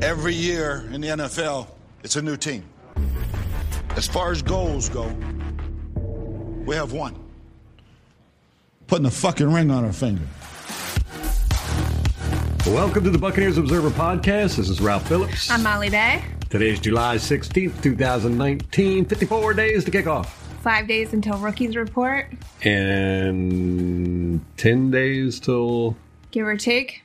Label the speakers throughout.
Speaker 1: Every year in the NFL, it's a new team. As far as goals go, we have one. Putting a fucking ring on our finger.
Speaker 2: Welcome to the Buccaneers Observer Podcast. This is Ralph Phillips.
Speaker 3: I'm Molly Bay.
Speaker 2: Today's July 16th, 2019. 54 days to kick off.
Speaker 3: Five days until rookies report,
Speaker 2: And 10 days till,
Speaker 3: give or take.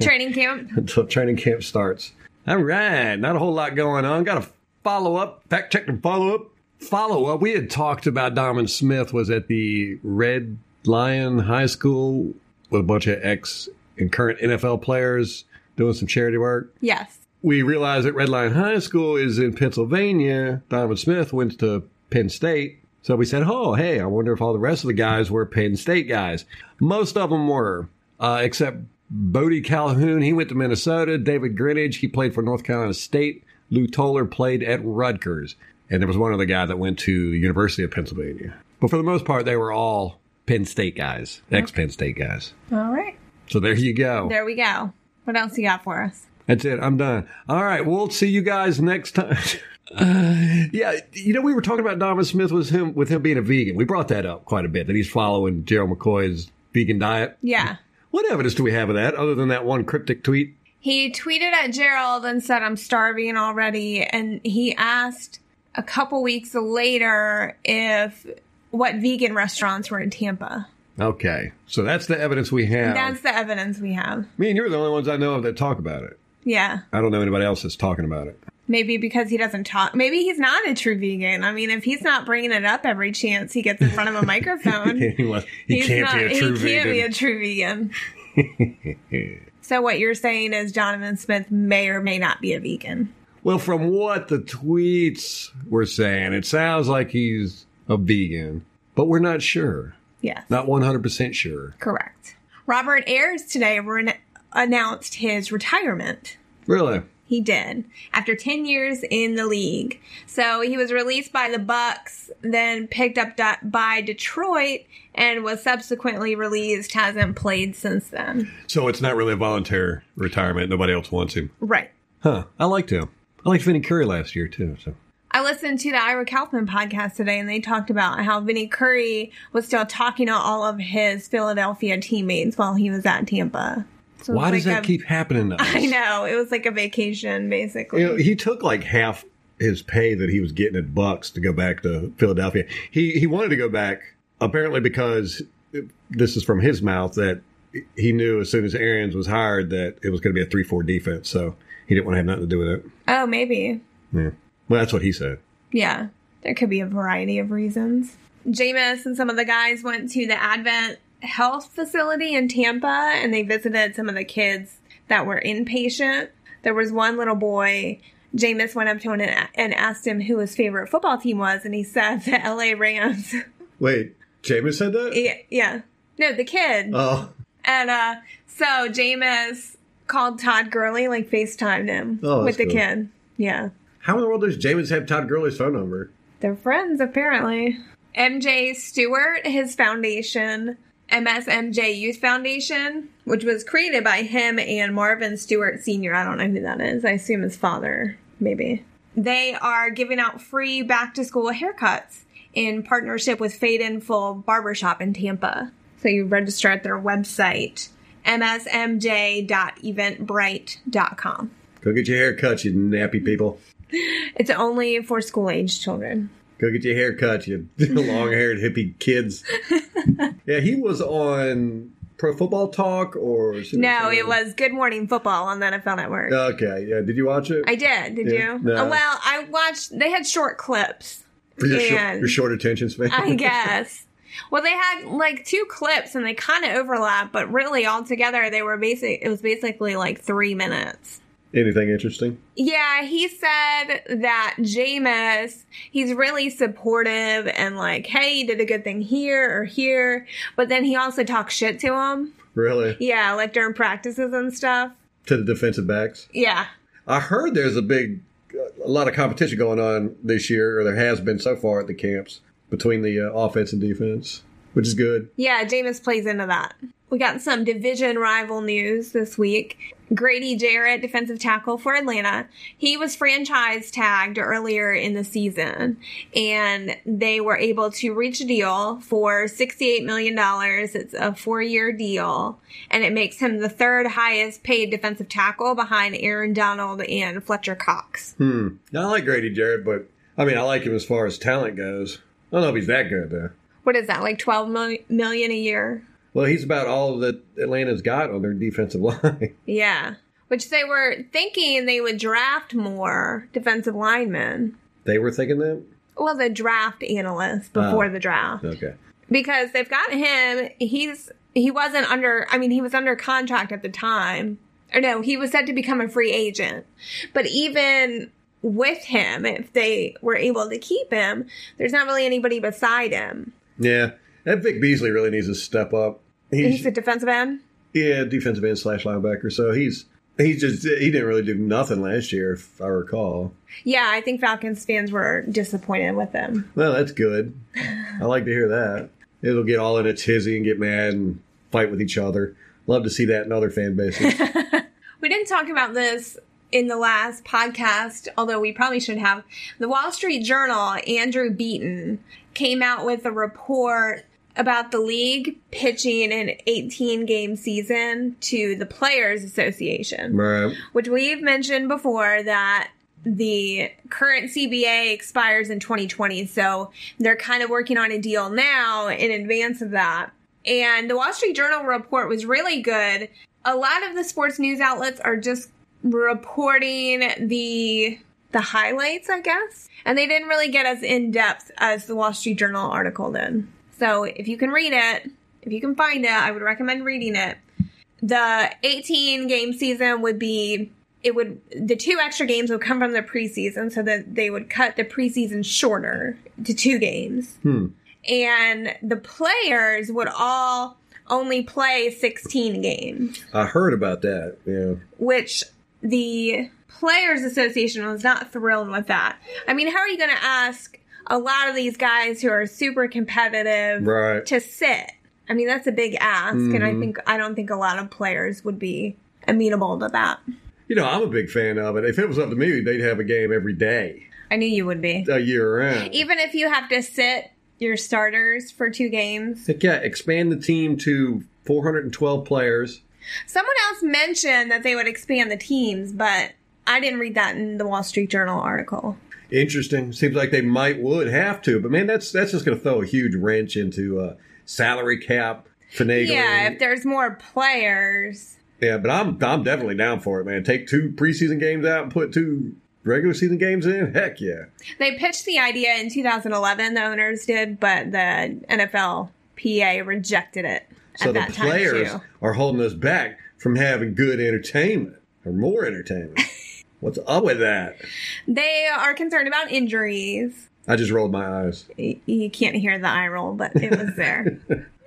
Speaker 3: Training camp.
Speaker 2: until training camp starts. All right. Not a whole lot going on. Got a follow up, fact check and follow up. Follow up. We had talked about Diamond Smith was at the Red Lion High School with a bunch of ex and current NFL players doing some charity work.
Speaker 3: Yes.
Speaker 2: we realized that Red Lion High School is in Pennsylvania. Donovan Smith went to Penn State. So we said, oh, hey, I wonder if all the rest of the guys were Penn State guys. Most of them were, uh, except Bodie Calhoun. He went to Minnesota. David Greenidge, he played for North Carolina State. Lou Toller played at Rutgers. And there was one other guy that went to the University of Pennsylvania. But for the most part, they were all Penn State guys, ex Penn State guys.
Speaker 3: All right.
Speaker 2: So there you go.
Speaker 3: There we go. What else you got for us?
Speaker 2: That's it. I'm done. All right. We'll see you guys next time. Uh, yeah, you know we were talking about Donovan Smith was him with him being a vegan. We brought that up quite a bit that he's following Gerald McCoy's vegan diet.
Speaker 3: Yeah.
Speaker 2: What evidence do we have of that other than that one cryptic tweet?
Speaker 3: He tweeted at Gerald and said, I'm starving already. And he asked a couple weeks later if what vegan restaurants were in Tampa.
Speaker 2: Okay, so that's the evidence we have.
Speaker 3: That's the evidence we have.
Speaker 2: Me and you're the only ones I know of that talk about it.
Speaker 3: Yeah.
Speaker 2: I don't know anybody else that's talking about it.
Speaker 3: Maybe because he doesn't talk. Maybe he's not a true vegan. I mean, if he's not bringing it up every chance he gets in front of a microphone,
Speaker 2: Anyway, he
Speaker 3: He's
Speaker 2: can't
Speaker 3: not-
Speaker 2: be a true
Speaker 3: He can't
Speaker 2: vegan.
Speaker 3: be a true vegan. so what you're saying is Jonathan Smith may or may not be a vegan.
Speaker 2: Well, from what the tweets were saying, it sounds like he's a vegan, but we're not sure.
Speaker 3: Yes,
Speaker 2: Not 100% sure.
Speaker 3: correct. Robert Ayers today re- announced his retirement.
Speaker 2: Really?
Speaker 3: He did after 10 years in the league. So he was released by the Bucks, then picked up da- by Detroit, and was subsequently released. Hasn't played since then.
Speaker 2: So it's not really a voluntary retirement. Nobody else wants him.
Speaker 3: Right.
Speaker 2: Huh. I liked him. I liked Vinnie Curry last year, too. So.
Speaker 3: I listened to the Ira Kaufman podcast today, and they talked about how Vinnie Curry was still talking to all of his Philadelphia teammates while he was at Tampa. So it was
Speaker 2: Why does
Speaker 3: like
Speaker 2: that
Speaker 3: a-
Speaker 2: keep happening to us?
Speaker 3: I know it was like a vacation, basically.
Speaker 2: You know, he took like half his pay that he was getting at Bucks to go back to Philadelphia. He he wanted to go back apparently because this is from his mouth that he knew as soon as Arians was hired that it was going to be a three four defense. So he didn't want to have nothing to do with it.
Speaker 3: oh, maybe.
Speaker 2: Well, that's what he said.
Speaker 3: Yeah, there could be a variety of reasons. Jameis and some of the guys went to the Advent Health facility in Tampa, and they visited some of the kids that were inpatient. There was one little boy. Jameis went up to him and, and asked him who his favorite football team was, and he said the L.A. Rams.
Speaker 2: Wait, Jameis said that?
Speaker 3: yeah, yeah, no, the kid.
Speaker 2: Oh,
Speaker 3: and uh, so Jameis called Todd Gurley, like FaceTimed him
Speaker 2: Oh, that's
Speaker 3: with the
Speaker 2: cool.
Speaker 3: kid. Yeah.
Speaker 2: how in the world does Jameis have Todd Gurley's phone number?
Speaker 3: They're friends, apparently. MJ Stewart, his foundation, MSMJ Youth Foundation, which was created by him and Marvin Stewart Sr. I don't know who that is. I assume his father, maybe. They are giving out free back to school haircuts in partnership with Fade In Full Barbershop in Tampa. So you register at their website, msmj.eventbrite.com.
Speaker 2: Go get your hair cut, you nappy people.
Speaker 3: It's only for school age children.
Speaker 2: Go get your hair cut, you long haired hippie kids. yeah, he was on Pro Football Talk or
Speaker 3: No, it was Good Morning Football on the NFL Network.
Speaker 2: Okay, yeah. Did you watch it?
Speaker 3: I did. Did
Speaker 2: Yeah,
Speaker 3: you?
Speaker 2: no.
Speaker 3: Oh, well, I watched. They had short clips,
Speaker 2: For your, short,
Speaker 3: and-
Speaker 2: your short attention span.
Speaker 3: I guess. well, they had like two clips, and they kind of overlap, but really all together, they were basic. It was basically like three minutes.
Speaker 2: Anything interesting?
Speaker 3: Yeah, he said that Jameis, he's really supportive and like, hey, you did a good thing here or here. But then he also talks shit to him.
Speaker 2: Really?
Speaker 3: Yeah, like during practices and stuff.
Speaker 2: To the defensive backs?
Speaker 3: Yeah.
Speaker 2: I heard there's a big, a lot of competition going on this year, or there has been so far at the camps between the uh, offense and defense.
Speaker 4: which is good.
Speaker 3: Yeah, Jameis plays into that. We got some division rival news this week. Grady Jarrett, defensive tackle for Atlanta, he was franchise tagged earlier in the season, and they were able to reach a deal for $68 million. It's a four year deal, and it makes him the third highest paid defensive tackle behind Aaron Donald and Fletcher Cox.
Speaker 2: Now, I like Grady Jarrett, but I mean, I like him as far as talent goes. I don't know if he's that good, though.
Speaker 3: What is that, like $12 mil- million a year?
Speaker 2: Well, he's about all that Atlanta's got on their defensive line.
Speaker 3: Yeah. Which they were thinking they would draft more defensive linemen.
Speaker 2: they were thinking that?
Speaker 3: Well, the draft analyst before
Speaker 2: Oh.
Speaker 3: the draft.
Speaker 2: Okay.
Speaker 3: Because they've got him, he's he wasn't under I mean, he was under contract at the time. Or no, he was said to become a free agent. But even with him, if they were able to keep him, there's not really anybody beside him.
Speaker 2: Yeah. That Vic Beasley really needs to step up.
Speaker 3: He's a defensive end.
Speaker 2: Yeah, defensive end slash linebacker. So he's he just he didn't really do nothing last year, if I recall.
Speaker 3: Yeah, I think Falcons fans were disappointed with him.
Speaker 2: Well, that's good. I like to hear that. It'll get all in a tizzy and get mad and fight with each other. Love to see that in other fan bases.
Speaker 3: We didn't talk about this in the last podcast, although we probably should have. The Wall Street Journal, Andrew Beaton, came out with a report about the league pitching an 18 game season to the Players Association
Speaker 2: right.
Speaker 3: which we've mentioned before that the current CBA expires in 2020. So they're kind of working on a deal now in advance of that. And the Wall Street Journal report was really good. A lot of the sports news outlets are just reporting the the highlights, I guess. And they didn't really get as in depth as the Wall Street Journal article did. So if you can read it, if you can find it, I would recommend reading it the 18 game season would be it would the two extra games would come from the preseason so that they would cut the preseason shorter to two games and the players would all only play 16 games
Speaker 2: I heard about that. Yeah.
Speaker 3: which the players association was not thrilled with that i mean how are you going to ask a lot of these guys who are super competitive
Speaker 2: Right.
Speaker 3: to sit. I mean, that's a big ask, and
Speaker 2: Mm-hmm.
Speaker 3: I think I don't think a lot of players would be amenable to that.
Speaker 2: You know, I'm a big fan of it. If it was up to me, they'd have a game every day,
Speaker 3: I knew you would be.
Speaker 2: a year round.
Speaker 3: Even if you have to sit your starters for two games.
Speaker 2: Heck yeah, expand the team to 412 players.
Speaker 3: Someone else mentioned that they would expand the teams, but I didn't read that in the Wall Street Journal article.
Speaker 2: Interesting. Seems like they might would have to, but man, that's that's just going to throw a huge wrench into uh, salary cap finagling.
Speaker 3: Yeah, if there's more players,
Speaker 2: Yeah, but I'm I'm definitely down for it, man. Take two preseason games out and put two regular season games in. Heck yeah.
Speaker 3: They pitched the idea in 2011, the owners did, but the NFLPA rejected it at
Speaker 2: So the
Speaker 3: that
Speaker 2: players
Speaker 3: time, too.
Speaker 2: are holding us back from having good entertainment or more entertainment. What's up with that?
Speaker 3: They are concerned about injuries.
Speaker 2: I just rolled my eyes.
Speaker 3: Y- You can't hear the eye roll, but it was there.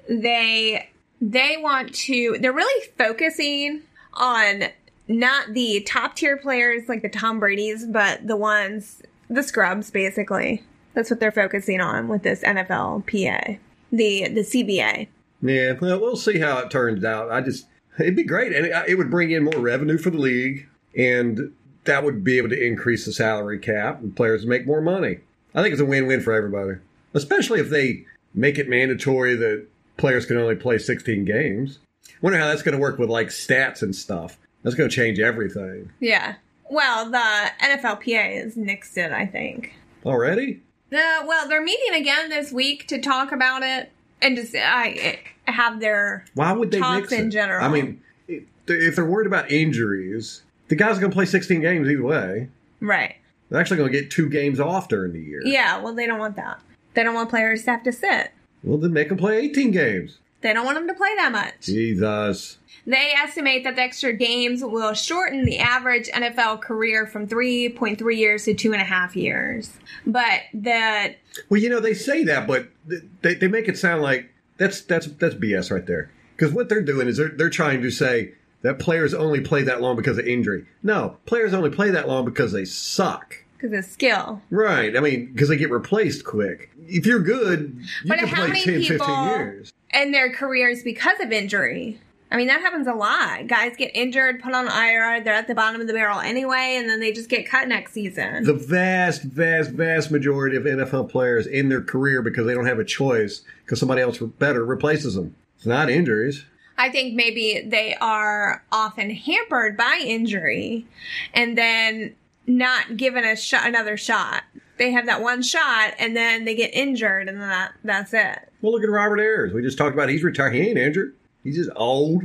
Speaker 3: they they want to they're really focusing on not the top tier players like the Tom Brady's, but the ones the scrubs basically. That's what they're focusing on with this NFLPA. The the CBA.
Speaker 2: Yeah, well, we'll see how it turns out. I just, it'd be great, and it it would bring in more revenue for the league, and that would be able to increase the salary cap, and players would make more money. I think it's a win-win for everybody, especially if they make it mandatory that players can only play 16 games. Wonder how that's going to work with like stats and stuff. That's going to change everything
Speaker 3: Yeah. Well, the NFLPA has nixed it, I think.
Speaker 2: already.
Speaker 3: The, well, they're meeting again this week to talk about it and just I, I have their.
Speaker 2: Why would they
Speaker 3: Talks
Speaker 2: mix it?
Speaker 3: in general.
Speaker 2: I mean, it- if they're worried about injuries, the guys are going to play 16 games either way.
Speaker 3: Right.
Speaker 2: They're actually going to get two games off during the year.
Speaker 3: Yeah, well, they don't want that. They don't want players to have to sit.
Speaker 2: Well, then make them play 18 games.
Speaker 3: They don't want them to play that much.
Speaker 2: Jesus.
Speaker 3: They estimate that the extra games will shorten the average NFL career from 3.3 years to two and a half years. But the
Speaker 2: Well, you know they say that, but th- they, they make it sound like that's that's that's BS right there. Because what they're doing is they're they're trying to say that players only play that long because of injury. No, players only play that long because they suck.
Speaker 3: because of skill.
Speaker 2: Right. I mean, because they get replaced quick. If you're good, you
Speaker 3: But
Speaker 2: can
Speaker 3: how
Speaker 2: play
Speaker 3: many
Speaker 2: 10, 15
Speaker 3: people-
Speaker 2: years.
Speaker 3: And their careers because of injury. I mean, that happens a lot. Guys get injured, put on IR, they're at the bottom of the barrel anyway, and then they just get cut next season.
Speaker 2: The vast, vast, vast majority of NFL players end their career because they don't have a choice because somebody else better replaces them. It's not injuries.
Speaker 3: I think maybe they are often hampered by injury and then not given a shot another shot. They have that one shot and then they get injured and then that that's it.
Speaker 2: Well, look at Robert Ayers. We just talked about he's retired. He ain't injured. He's just old.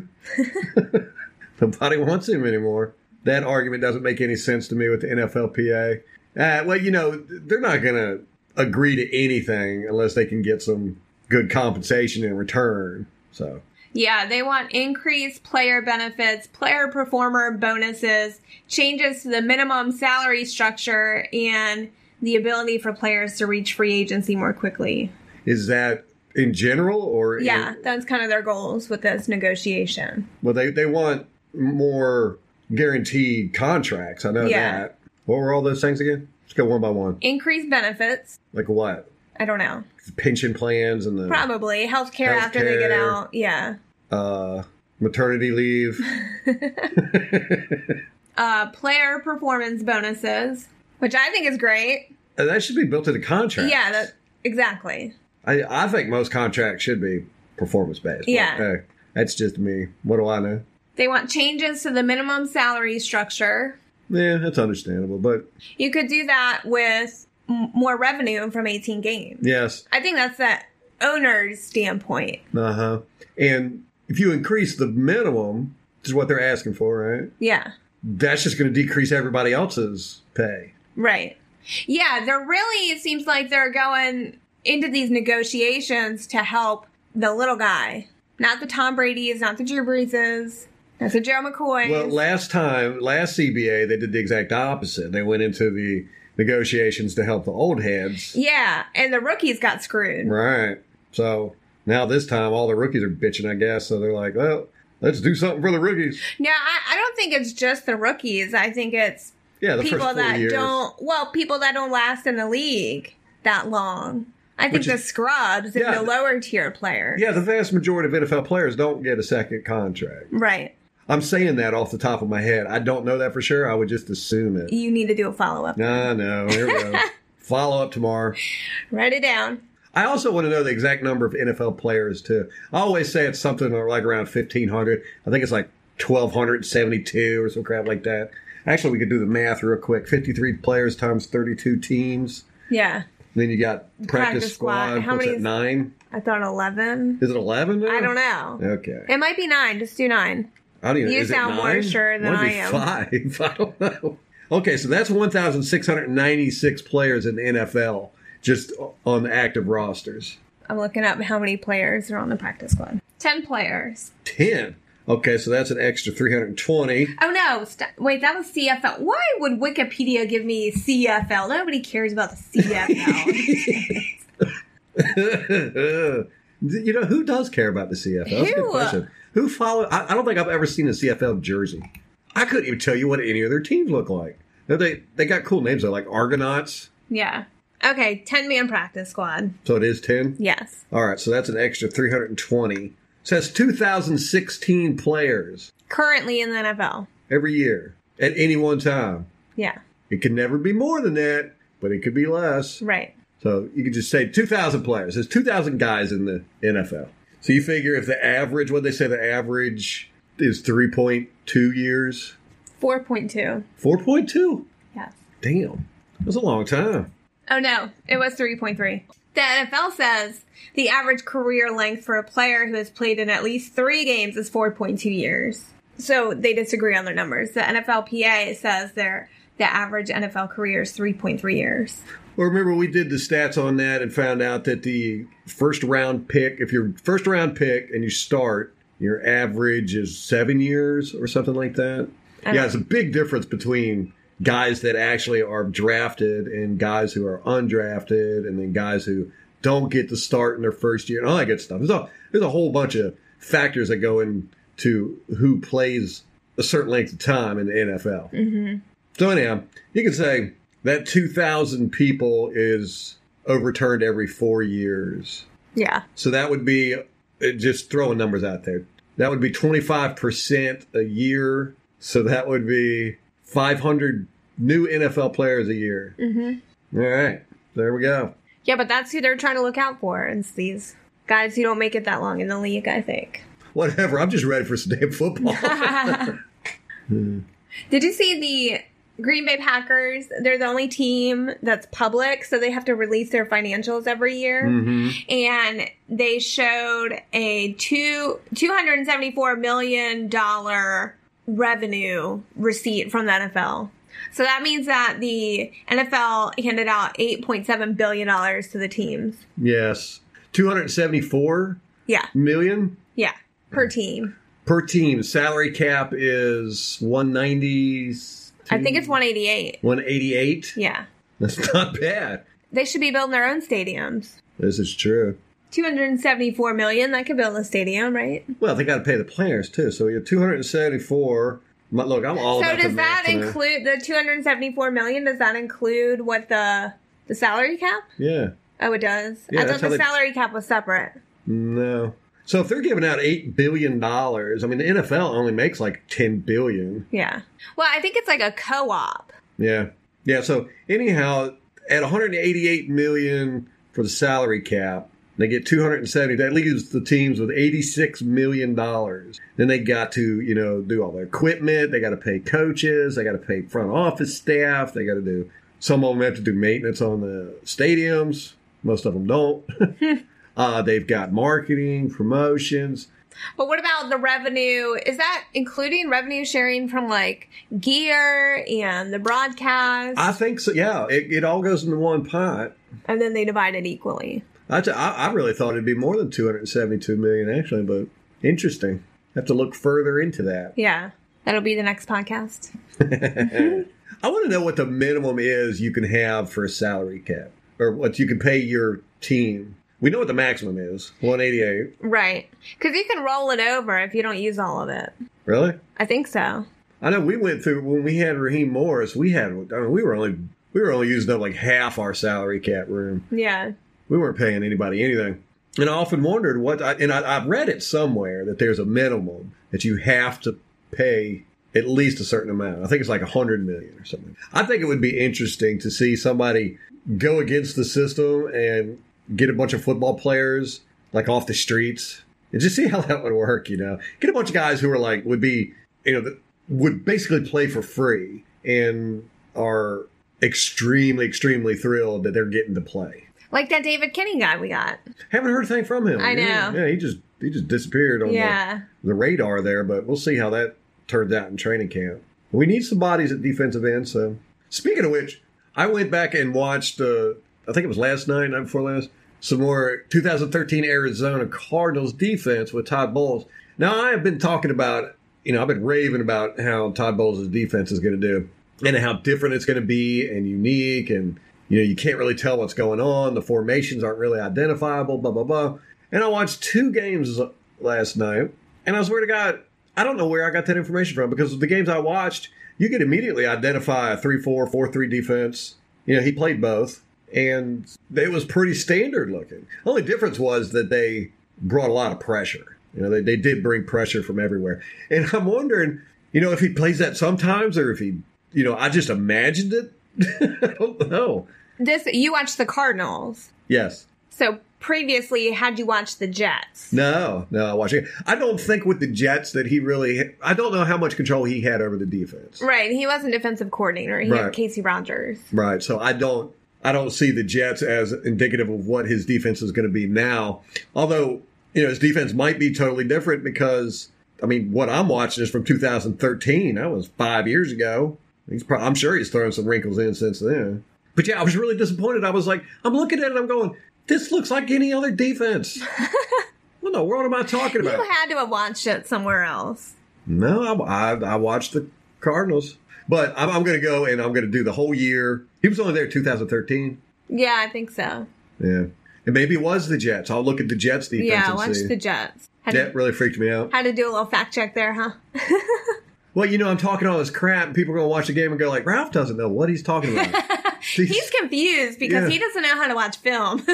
Speaker 2: Nobody wants him anymore. That argument doesn't make any sense to me with the NFLPA. Uh, well, you know, they're not going to agree to anything unless they can get some good compensation in return. So,
Speaker 3: Yeah, they want increased player benefits, player performer bonuses, changes to the minimum salary structure and the ability for players to reach free agency more quickly.
Speaker 2: is that in general or in-
Speaker 3: Yeah, that's kind of their goals with this negotiation.
Speaker 2: Well, they they want more guaranteed contracts. I know
Speaker 3: Yeah.
Speaker 2: that. What were all those things again? Let's go one by one.
Speaker 3: Increased benefits.
Speaker 2: Like what?
Speaker 3: I don't know.
Speaker 2: Pension plans and the
Speaker 3: Probably healthcare, after they get
Speaker 2: Healthcare.
Speaker 3: out. Yeah.
Speaker 2: uh, maternity leave.
Speaker 3: Uh, player performance bonuses, which I think is great.
Speaker 2: And that should be built into contracts.
Speaker 3: Yeah, that, exactly.
Speaker 2: I, I think most contracts should be performance based.
Speaker 3: Yeah.
Speaker 2: that's just me. What do I know?
Speaker 3: They want changes to the minimum salary structure.
Speaker 2: Yeah, that's understandable. But
Speaker 3: You could do that with m- more revenue from 18 games.
Speaker 2: yes,
Speaker 3: I think that's the owner's standpoint.
Speaker 2: uh huh. And if you increase the minimum, which is what they're asking for, right?
Speaker 3: Yeah,
Speaker 2: That's just going to decrease everybody else's pay.
Speaker 3: right. Yeah, they're really, it seems like they're going into these negotiations to help the little guy, not the Tom Brady's, not the Drew Breeses, not the Joe McCoy's.
Speaker 2: Well, last time, last CBA, they did the exact opposite. They went into the negotiations to help the old heads.
Speaker 3: Yeah, and the rookies got screwed.
Speaker 2: Right. So now this time, all the rookies are bitching, I guess. So they're like, well, let's do something for the rookies.
Speaker 3: Now, I, I don't think it's just the rookies. I think it's
Speaker 2: Yeah, the first
Speaker 3: people
Speaker 2: four
Speaker 3: that
Speaker 2: years.
Speaker 3: don't, well, people that don't last in the league that long. I think
Speaker 2: Which
Speaker 3: the
Speaker 2: is-
Speaker 3: scrubs
Speaker 2: Yeah.
Speaker 3: and the lower tier players.
Speaker 2: Yeah, the vast majority of NFL players don't get a second contract.
Speaker 3: Right.
Speaker 2: I'm saying that off the top of my head. I don't know that for sure. I would just assume it.
Speaker 3: You need to do a follow up.
Speaker 2: No, no. Here we go. Follow up tomorrow.
Speaker 3: Write it down.
Speaker 2: I also want to know the exact number of NFL players too. I always say it's something like around fifteen hundred. I think it's like twelve hundred seventy-two or some crap like that. Actually, we could do the math real quick: fifty-three players times thirty-two teams.
Speaker 3: Yeah.
Speaker 2: And then you got practice,
Speaker 3: Practice
Speaker 2: squad.
Speaker 3: squad. How
Speaker 2: What's
Speaker 3: many
Speaker 2: that?
Speaker 3: is-
Speaker 2: Nine?
Speaker 3: I thought 11.
Speaker 2: Is it eleven? Now?
Speaker 3: I don't know.
Speaker 2: Okay.
Speaker 3: It might be nine. Just do nine.
Speaker 2: I don't even.
Speaker 3: You
Speaker 2: is it
Speaker 3: sound more
Speaker 2: nine?
Speaker 3: sure than
Speaker 2: Might be
Speaker 3: I am.
Speaker 2: Five. I don't know. Okay, so that's one thousand six hundred ninety-six players in the NFL just on the active rosters.
Speaker 3: I'm looking up how many players are on the practice squad. 10 players.
Speaker 2: 10. Okay, so that's an extra 320.
Speaker 3: Oh no! St- wait, that was CFL. Why would Wikipedia give me CFL? Nobody cares about the CFL.
Speaker 2: you know, who does care about the CFL? That's a good
Speaker 3: Who?
Speaker 2: question. Who follow? I, I don't think I've ever seen a CFL jersey. I couldn't even tell you what any of their teams look like. Now, They, they got cool names, though, like Argonauts.
Speaker 3: yeah. Okay, ten man practice squad.
Speaker 2: So it is 10.
Speaker 3: Yes.
Speaker 2: All right, so that's an extra 320. So that's 2016 players
Speaker 3: Currently in the NFL.
Speaker 2: every year at any one time.
Speaker 3: Yeah.
Speaker 2: It can never be more than that, but it could be less.
Speaker 3: Right.
Speaker 2: So you could just say 2,000 players. There's 2,000 guys in the NFL. So you figure if the average, what they say the average is 3.2 years,
Speaker 3: Four point two.
Speaker 2: 4.2.
Speaker 3: Yes.
Speaker 2: Damn, that's a long time.
Speaker 3: Oh no, it was three point three. The NFL says the average career length for a player who has played in at least three games is four point two years. So they disagree on their numbers. The NFLPA says their the average NFL career is three point three years.
Speaker 2: Well, remember we did the stats on that and found out that the first round pick, if you're first round pick and you start, your average is seven years or something like that. Yeah, it's a big difference between guys that actually are drafted and guys who are undrafted, and then guys who don't get to start in their first year and all that good stuff. There's a, there's a whole bunch of factors that go into who plays a certain length of time in the NFL. So anyhow, you can say that 2,000 people is overturned every four years.
Speaker 3: Yeah.
Speaker 2: So that would be uh, just throwing numbers out there. That would be 25% a year. So that would be 500 new NFL players a year.
Speaker 3: Mm-hmm.
Speaker 2: All right. There we go.
Speaker 3: Yeah, but that's who they're trying to look out for. It's these guys who don't make it that long in the league, I think.
Speaker 2: Whatever. I'm just ready for some damn football.
Speaker 3: Did you see the Green Bay Packers? They're the only team that's public, so they have to release their financials every year.
Speaker 2: Mhm.
Speaker 3: And they showed a two two hundred and seventy four million dollar revenue receipt from the NFL. So that means that the NFL handed out eight point seven billion dollars to the teams.
Speaker 2: Yes. 274
Speaker 3: Yeah,
Speaker 2: million
Speaker 3: yeah, per team.
Speaker 2: per team. Salary cap is 190.
Speaker 3: I think it's one eighty eight.
Speaker 2: 188.
Speaker 3: Yeah,
Speaker 2: That's not bad.
Speaker 3: they should be building their own stadiums.
Speaker 2: This is true.
Speaker 3: 274 million that could build a stadium right
Speaker 2: Well, they got to pay the players too. So you're 274. My- Look, I'm all
Speaker 3: so
Speaker 2: about the
Speaker 3: does that
Speaker 2: math tonight.
Speaker 3: include the 274 million does that include what the the salary cap
Speaker 2: Yeah.
Speaker 3: oh it does
Speaker 2: Yeah,
Speaker 3: i
Speaker 2: that's
Speaker 3: thought
Speaker 2: how
Speaker 3: the
Speaker 2: they-
Speaker 3: salary cap was separate
Speaker 2: No. So if they're giving out eight billion dollars, I mean the NFL only makes like ten billion.
Speaker 3: yeah well i think it's like a co-op
Speaker 2: Yeah. Yeah. So anyhow, at 188 million for the salary cap, they get 270. That leaves the teams with 86 million dollars. Then they got to you know do all their equipment. They got to pay coaches. They got to pay front office staff. They got to do. Some of them have to do maintenance on the stadiums. Most of them don't. uh, they've got marketing, promotions.
Speaker 3: but what about the revenue is that including revenue sharing from like gear and the broadcast
Speaker 2: I think so. Yeah, it, it all goes into one pot.
Speaker 3: and then they divide it equally
Speaker 2: I t- I I really thought it'd be more than 272 million actually, but interesting. Have to look further into that.
Speaker 3: yeah that'll be the next podcast
Speaker 2: I want to know what the minimum is you can have for a salary cap or what you can pay your team. We know what the maximum is 188.
Speaker 3: right because you can roll it over if you don't use all of it
Speaker 2: Really?
Speaker 3: i think so
Speaker 2: I know we went through when we had Raheem Morris, we had, I mean, we were only, we were only using up like half our salary cap room.
Speaker 3: yeah
Speaker 2: We weren't paying anybody anything. And I often wondered what, I, and I, I've read it somewhere that there's a minimum that you have to pay at least a certain amount. I think it's like a hundred million or something. I think it would be interesting to see somebody go against the system and get a bunch of football players like off the streets and just see how that would work. You know, get a bunch of guys who are like would be, you know, that would basically play for free and are extremely, extremely thrilled that they're getting to play.
Speaker 3: Like that David Kinney guy we got.
Speaker 2: Haven't heard a thing from him.
Speaker 3: I
Speaker 2: Yeah,
Speaker 3: know.
Speaker 2: Yeah, he just he just disappeared on
Speaker 3: Yeah.
Speaker 2: the, the radar there, but we'll see how that turns out in training camp. We need some bodies at defensive end, so speaking of which, I went back and watched uh I think it was last night, night before last, some more 2013 Arizona Cardinals defense with Todd Bowles. Now I have been talking about you know, I've been raving about how Todd Bowles' defense is going to do and how different it's going to be and unique. And, you know, you can't really tell what's going on. The formations aren't really identifiable, blah, blah, blah. And I watched two games last night. And I swear to God, I don't know where I got that information from because the games I watched, you could immediately identify a 3 4, 4 3 defense. You know, he played both. And it was pretty standard looking. Only difference was that they brought a lot of pressure. You know, they, they did bring pressure from everywhere. And I'm wondering, you know, if he plays that sometimes or if he, you know, I just imagined it. I don't know.
Speaker 3: This you watched the Cardinals.
Speaker 2: Yes.
Speaker 3: So previously had you watched the Jets.
Speaker 2: No, no, I watch it. I don't think with the Jets that he really, I don't know how much control he had over the defense.
Speaker 3: Right. He wasn't defensive coordinator. He
Speaker 2: Right.
Speaker 3: had Casey Rogers.
Speaker 2: Right. So I don't I don't see the Jets as indicative of what his defense is going to be now. Although, you know, his defense might be totally different because I mean, what I'm watching is from 2013. That was 5 years ago. He's pro- I'm sure he's thrown some wrinkles in since then. But yeah, I was really disappointed. I was like, I'm looking at it, I'm going, this looks like any other defense. what in the world am I talking about?
Speaker 3: You had to have watched it somewhere else.
Speaker 2: No, I, I, I watched the Cardinals. But I'm, I'm going to go and I'm going to do the whole year. He was only there 2013.
Speaker 3: Yeah, I think so.
Speaker 2: Yeah. And maybe it was the Jets. I'll look at the Jets defense
Speaker 3: yeah,
Speaker 2: and
Speaker 3: watch
Speaker 2: see.
Speaker 3: the Jets. Had,
Speaker 2: that
Speaker 3: to,
Speaker 2: really freaked me out.
Speaker 3: had to do a little fact check there, huh?
Speaker 2: Well, you know, I'm talking all this crap, and people are going to watch the game and go like, Ralph doesn't know what he's talking about.
Speaker 3: He's confused because
Speaker 2: Yeah.
Speaker 3: he doesn't know how to watch film.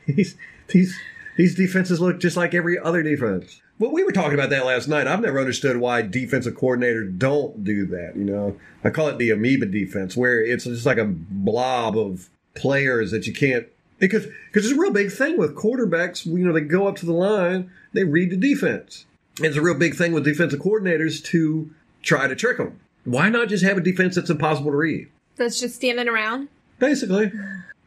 Speaker 2: These these these defenses look just like every other defense. Well, we were talking about that last night. I've never understood why defensive coordinators don't do that. You know, I call it the amoeba defense, where it's just like a blob of players that you can't because because it's a real big thing with quarterbacks. You know, they go up to the line, they read the defense. It's a real big thing with defensive coordinators to try to trick them. Why not just have a defense that's impossible to read?
Speaker 3: That's just standing around.
Speaker 2: Basically.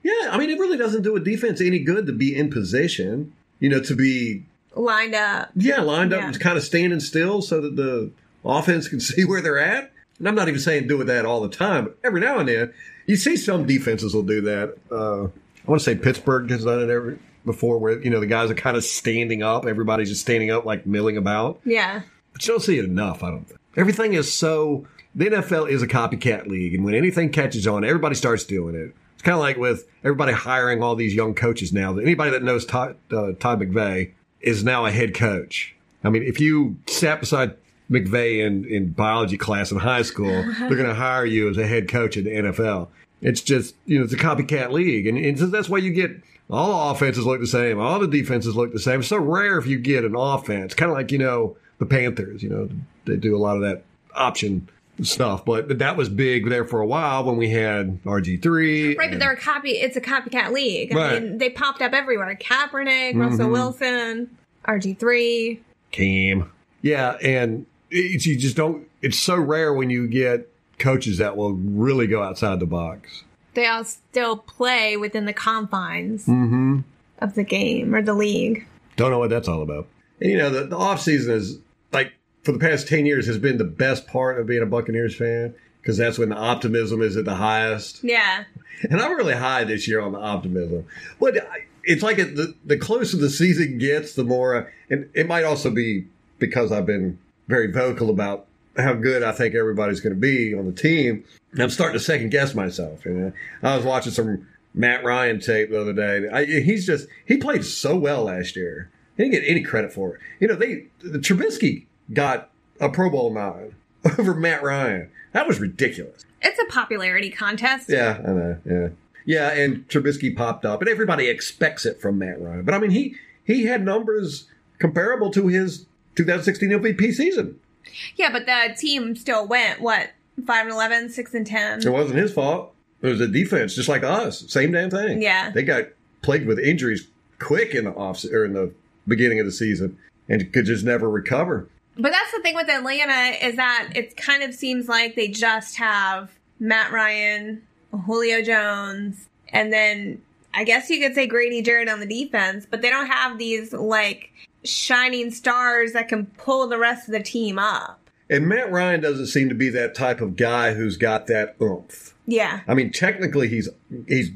Speaker 2: Yeah, I mean, it really doesn't do a defense any good to be in position, you know, to be,
Speaker 3: Lined up.
Speaker 2: yeah, lined up
Speaker 3: Yeah.
Speaker 2: and kind of standing still so that the offense can see where they're at. And I'm not even saying do it that all the time, but every now and then, you see some defenses will do that. Uh, I want to say Pittsburgh has done it every, before where, you know, the guys are kind of standing up. Everybody's just standing up, like milling about.
Speaker 3: Yeah.
Speaker 2: But you don't see it enough, I don't think. Everything is so. The NFL is a copycat league, and when anything catches on, everybody starts doing it. It's kind of like with everybody hiring all these young coaches now. That anybody that knows Todd, uh, Todd McVay is now a head coach. I mean, if you sat beside McVay in, in biology class in high school, they're going to hire you as a head coach in the NFL. It's just you know it's a copycat league, and, and so that's why you get all offenses look the same, all the defenses look the same. It's so rare if you get an offense, kind of like you know the Panthers. You know they do a lot of that option stuff, but that was big there for a while when we had RG three.
Speaker 3: Right, but they're a copy. It's a copycat league. I
Speaker 2: Right. Mm-hmm.
Speaker 3: mean, they popped up everywhere. Kaepernick, Russell Wilson, RG three.
Speaker 2: Cam. Yeah, and it's, you just don't. It's so rare when you get coaches that will really go outside the box.
Speaker 3: They all still play within the confines
Speaker 2: Mm. Mm-hmm.
Speaker 3: of the game or the league.
Speaker 2: Don't know what that's all about. And you know, the, the off season is like for the past ten years has been the best part of being a Buccaneers fan because that's when the optimism is at the highest.
Speaker 3: Yeah,
Speaker 2: And I'm really high this year on the optimism. But I- it's like it, the the closer the season gets, the more. And it might also be because I've been very vocal about how good I think everybody's going to be on the team. And I'm starting to second guess myself. You know, I was watching some Matt Ryan tape the other day. I, he's just he played so well last year. He didn't get any credit for it. You know, they the Trubisky got a Pro Bowl nod over Matt Ryan. That was ridiculous.
Speaker 3: it's a popularity contest.
Speaker 2: Yeah, I know. Yeah, yeah, and Trubisky popped up, and everybody expects it from Matt Ryan. But I mean, he he had numbers comparable to his 2016 MVP season.
Speaker 3: Yeah, but the team still went what five and 11, 6 and ten.
Speaker 2: It wasn't his fault. It was the defense, just like us. Same damn thing.
Speaker 3: Yeah.
Speaker 2: they got plagued with injuries quick in the off or in the beginning of the season, and could just never recover.
Speaker 3: But that's the thing with Atlanta is that it kind of seems like they just have Matt Ryan, Julio Jones, and then I guess you could say Grady Jarrett on the defense, but they don't have these like shining stars that can pull the rest of the team up.
Speaker 2: And Matt Ryan doesn't seem to be that type of guy who's got that oomph.
Speaker 3: Yeah.
Speaker 2: I mean, technically he's he's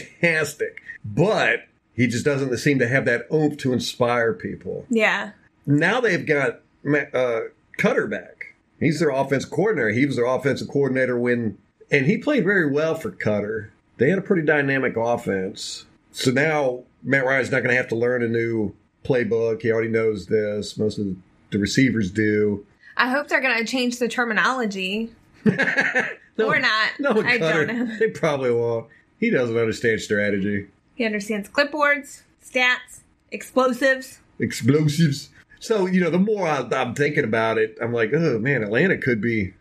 Speaker 2: fantastic, but he just doesn't seem to have that oomph to inspire people.
Speaker 3: Yeah.
Speaker 2: Now they've got Ma- uh, Cutter back. He's their offensive coordinator. He was their offensive coordinator when, and he played very well for Cutter. They had a pretty dynamic offense. So now Matt Ryan's not going to have to learn a new playbook. He already knows this. Most of the receivers do.
Speaker 3: I hope they're going to change the terminology. Or not.
Speaker 2: No,
Speaker 3: I
Speaker 2: Cutter.
Speaker 3: don't know.
Speaker 2: They probably won't. He doesn't understand strategy.
Speaker 3: He understands clipboards, stats, explosives.
Speaker 2: explosives. So you know, the more I, I'm thinking about it, I'm like, oh man, Atlanta could be.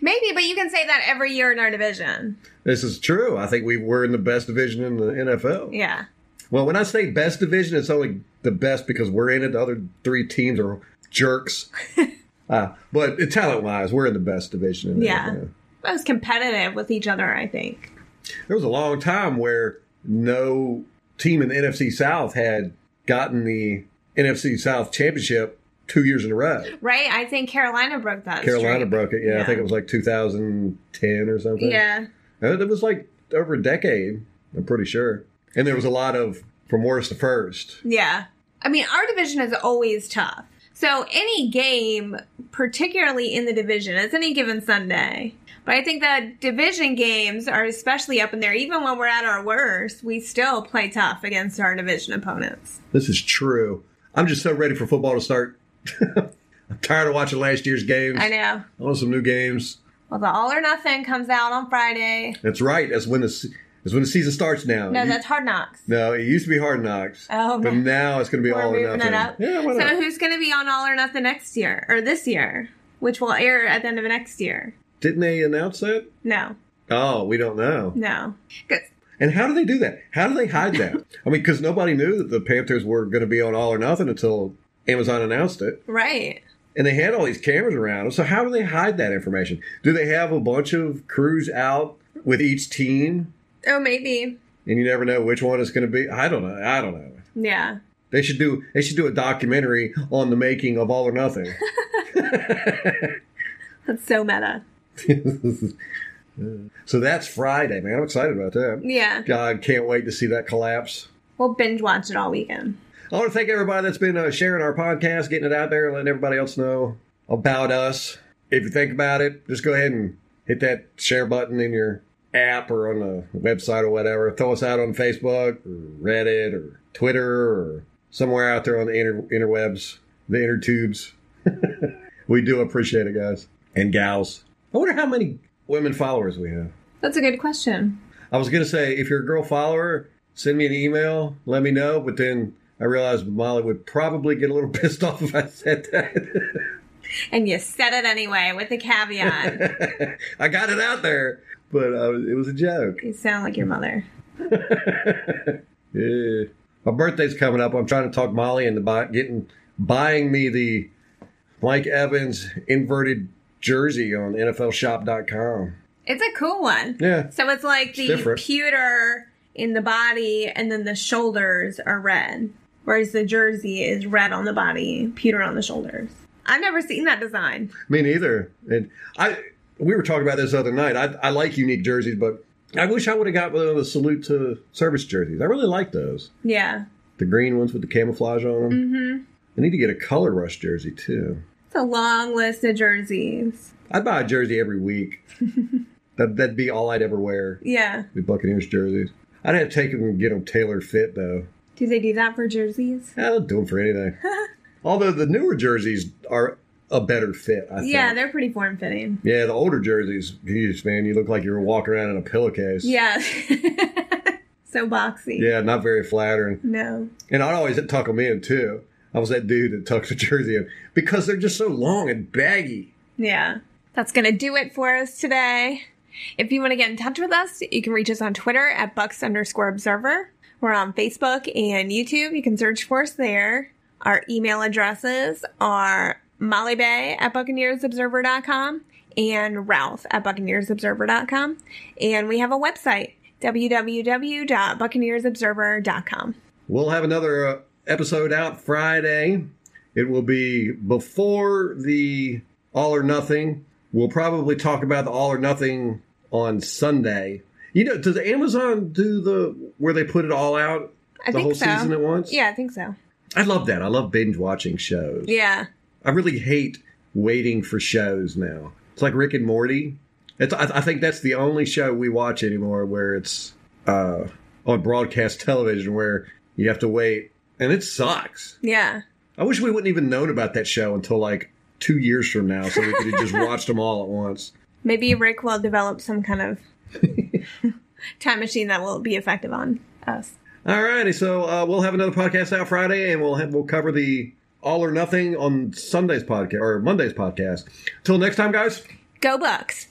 Speaker 3: Maybe, but you can say that every year in our division.
Speaker 2: This is true. I think we were in the best division in the NFL.
Speaker 3: Yeah.
Speaker 2: Well, when I say best division, it's only the best because we're in it. The other three teams are jerks. uh, but talent wise, we're in the best division. In the
Speaker 3: Yeah.
Speaker 2: NFL.
Speaker 3: Most competitive with each other, I think.
Speaker 2: There was a long time where no team in the NFC South had gotten the NFC South championship two years in a row.
Speaker 3: Right? I think Carolina broke that.
Speaker 2: Carolina
Speaker 3: streak.
Speaker 2: broke it. Yeah, I
Speaker 3: Yeah.
Speaker 2: think it was like 2010 or something.
Speaker 3: Yeah.
Speaker 2: Uh, It was like over a decade, I'm pretty sure. And there was a lot of from worst to first.
Speaker 3: Yeah. I mean, our division is always tough. So any game, particularly in the division, it's any given Sunday. But I think that division games are especially up in there. Even when we're at our worst, we still play tough against our division opponents.
Speaker 2: This is true. I'm just so ready for football to start. I'm tired of watching last year's games.
Speaker 3: I know.
Speaker 2: I want some new games.
Speaker 3: Well, the All or Nothing comes out on Friday.
Speaker 2: That's right. That's when the se- that's when the season starts now.
Speaker 3: No,
Speaker 2: You-
Speaker 3: that's Hard Knocks.
Speaker 2: no, it used to be Hard Knocks.
Speaker 3: Oh,
Speaker 2: but
Speaker 3: no.
Speaker 2: now it's going to be
Speaker 3: We're
Speaker 2: All or
Speaker 3: moving
Speaker 2: Nothing.
Speaker 3: it up.
Speaker 2: Yeah, why
Speaker 3: so
Speaker 2: not?
Speaker 3: who's going to be on All or Nothing next year or this year, which will air at the end of next year?
Speaker 2: Didn't they announce that?
Speaker 3: No,
Speaker 2: Oh, we don't know.
Speaker 3: no. 'Cause
Speaker 2: And how do they do that? How do they hide that? I mean, because nobody knew that the Panthers were going to be on All or Nothing until Amazon announced it.
Speaker 3: Right.
Speaker 2: and they had all these cameras around them. So how do they hide that information? Do they have a bunch of crews out with each team,
Speaker 3: Oh, maybe.
Speaker 2: and you never know which one it's going to be? I don't know. I don't know.
Speaker 3: Yeah.
Speaker 2: They should do. They should do a documentary on the making of All or Nothing.
Speaker 3: That's so meta.
Speaker 2: so that's Friday, man. I'm excited about that.
Speaker 3: Yeah.
Speaker 2: God, can't wait to see that collapse.
Speaker 3: We'll binge watch it all weekend.
Speaker 2: I want to thank everybody that's been uh, sharing our podcast, getting it out there, letting everybody else know about us. If you think about it, just go ahead and hit that share button in your app or on the website or whatever. Throw us out on Facebook or Reddit or Twitter or somewhere out there on the inter- interwebs, the inner tubes. we do appreciate it, guys and gals. I wonder how many women followers we have.
Speaker 3: That's a good question.
Speaker 2: I was gonna say if you're a girl follower, send me an email, let me know. But then I realized Molly would probably get a little pissed off if I said that.
Speaker 3: And you said it anyway with a caveat.
Speaker 2: I got it out there, but I was, it was a joke.
Speaker 3: you sound like your mother.
Speaker 2: Yeah. My birthday's coming up. I'm trying to talk Molly into buy, getting buying me the Mike Evans inverted jersey on NFLShop.com.
Speaker 3: It's a cool one.
Speaker 2: Yeah,
Speaker 3: So it's like the
Speaker 2: different.
Speaker 3: pewter in the body, and then the shoulders are red, whereas the jersey is red on the body, pewter on the shoulders. I've never seen that design.
Speaker 2: Me neither. And I, we were talking about this the other night. I, I like unique jerseys, but I wish I would have got one of the salute to service jerseys. I really like those.
Speaker 3: Yeah,
Speaker 2: The green ones with the camouflage on them. Mm-hmm. I need to get a color rush jersey too.
Speaker 3: it's a long list of jerseys.
Speaker 2: I'd buy a jersey every week. that, that'd be all I'd ever wear.
Speaker 3: Yeah.
Speaker 2: The Buccaneers jerseys. I'd have to take them and get them tailored fit though.
Speaker 3: Do they do that for jerseys?
Speaker 2: I don't do them for anything. Although the newer jerseys are a better fit. I think.
Speaker 3: Yeah, they're pretty form fitting.
Speaker 2: Yeah, the older jerseys, geez, man, you look like you were walking around in a pillowcase.
Speaker 3: Yeah. so boxy.
Speaker 2: Yeah, not very flattering.
Speaker 3: No.
Speaker 2: And I'd always tuck them in too. I was that dude that tucks a jersey in because they're just so long and baggy.
Speaker 3: Yeah. That's going to do it for us today. If you want to get in touch with us, you can reach us on Twitter at Bucks underscore Observer. We're on Facebook and YouTube. You can search for us there. Our email addresses are mollybay at buccaneersobserver.com and ralph at buccaneersobserver.com. And we have a website, www.buccaneersobserver.com.
Speaker 2: We'll have another uh, episode out Friday. It will be before the All or Nothing. We'll probably talk about the All or Nothing on Sunday. You know, does Amazon do the where they put it all out
Speaker 3: I
Speaker 2: the
Speaker 3: think
Speaker 2: whole
Speaker 3: so.
Speaker 2: season at once?
Speaker 3: Yeah, I think so.
Speaker 2: I love that. I love binge watching shows.
Speaker 3: Yeah.
Speaker 2: I really hate waiting for shows now. It's like Rick and Morty. It's, I, I think that's the only show we watch anymore where it's uh, on broadcast television where you have to wait, and it sucks.
Speaker 3: Yeah.
Speaker 2: I wish we wouldn't even known about that show until like two years from now, so we could have just watched them all at once.
Speaker 3: Maybe Rick will develop some kind of time machine that will be effective on us.
Speaker 2: All righty, so uh, we'll have another podcast out Friday, and we'll have, we'll cover the all or nothing on Sunday's podcast or Monday's podcast. Till next time, guys.
Speaker 3: Go Bucks!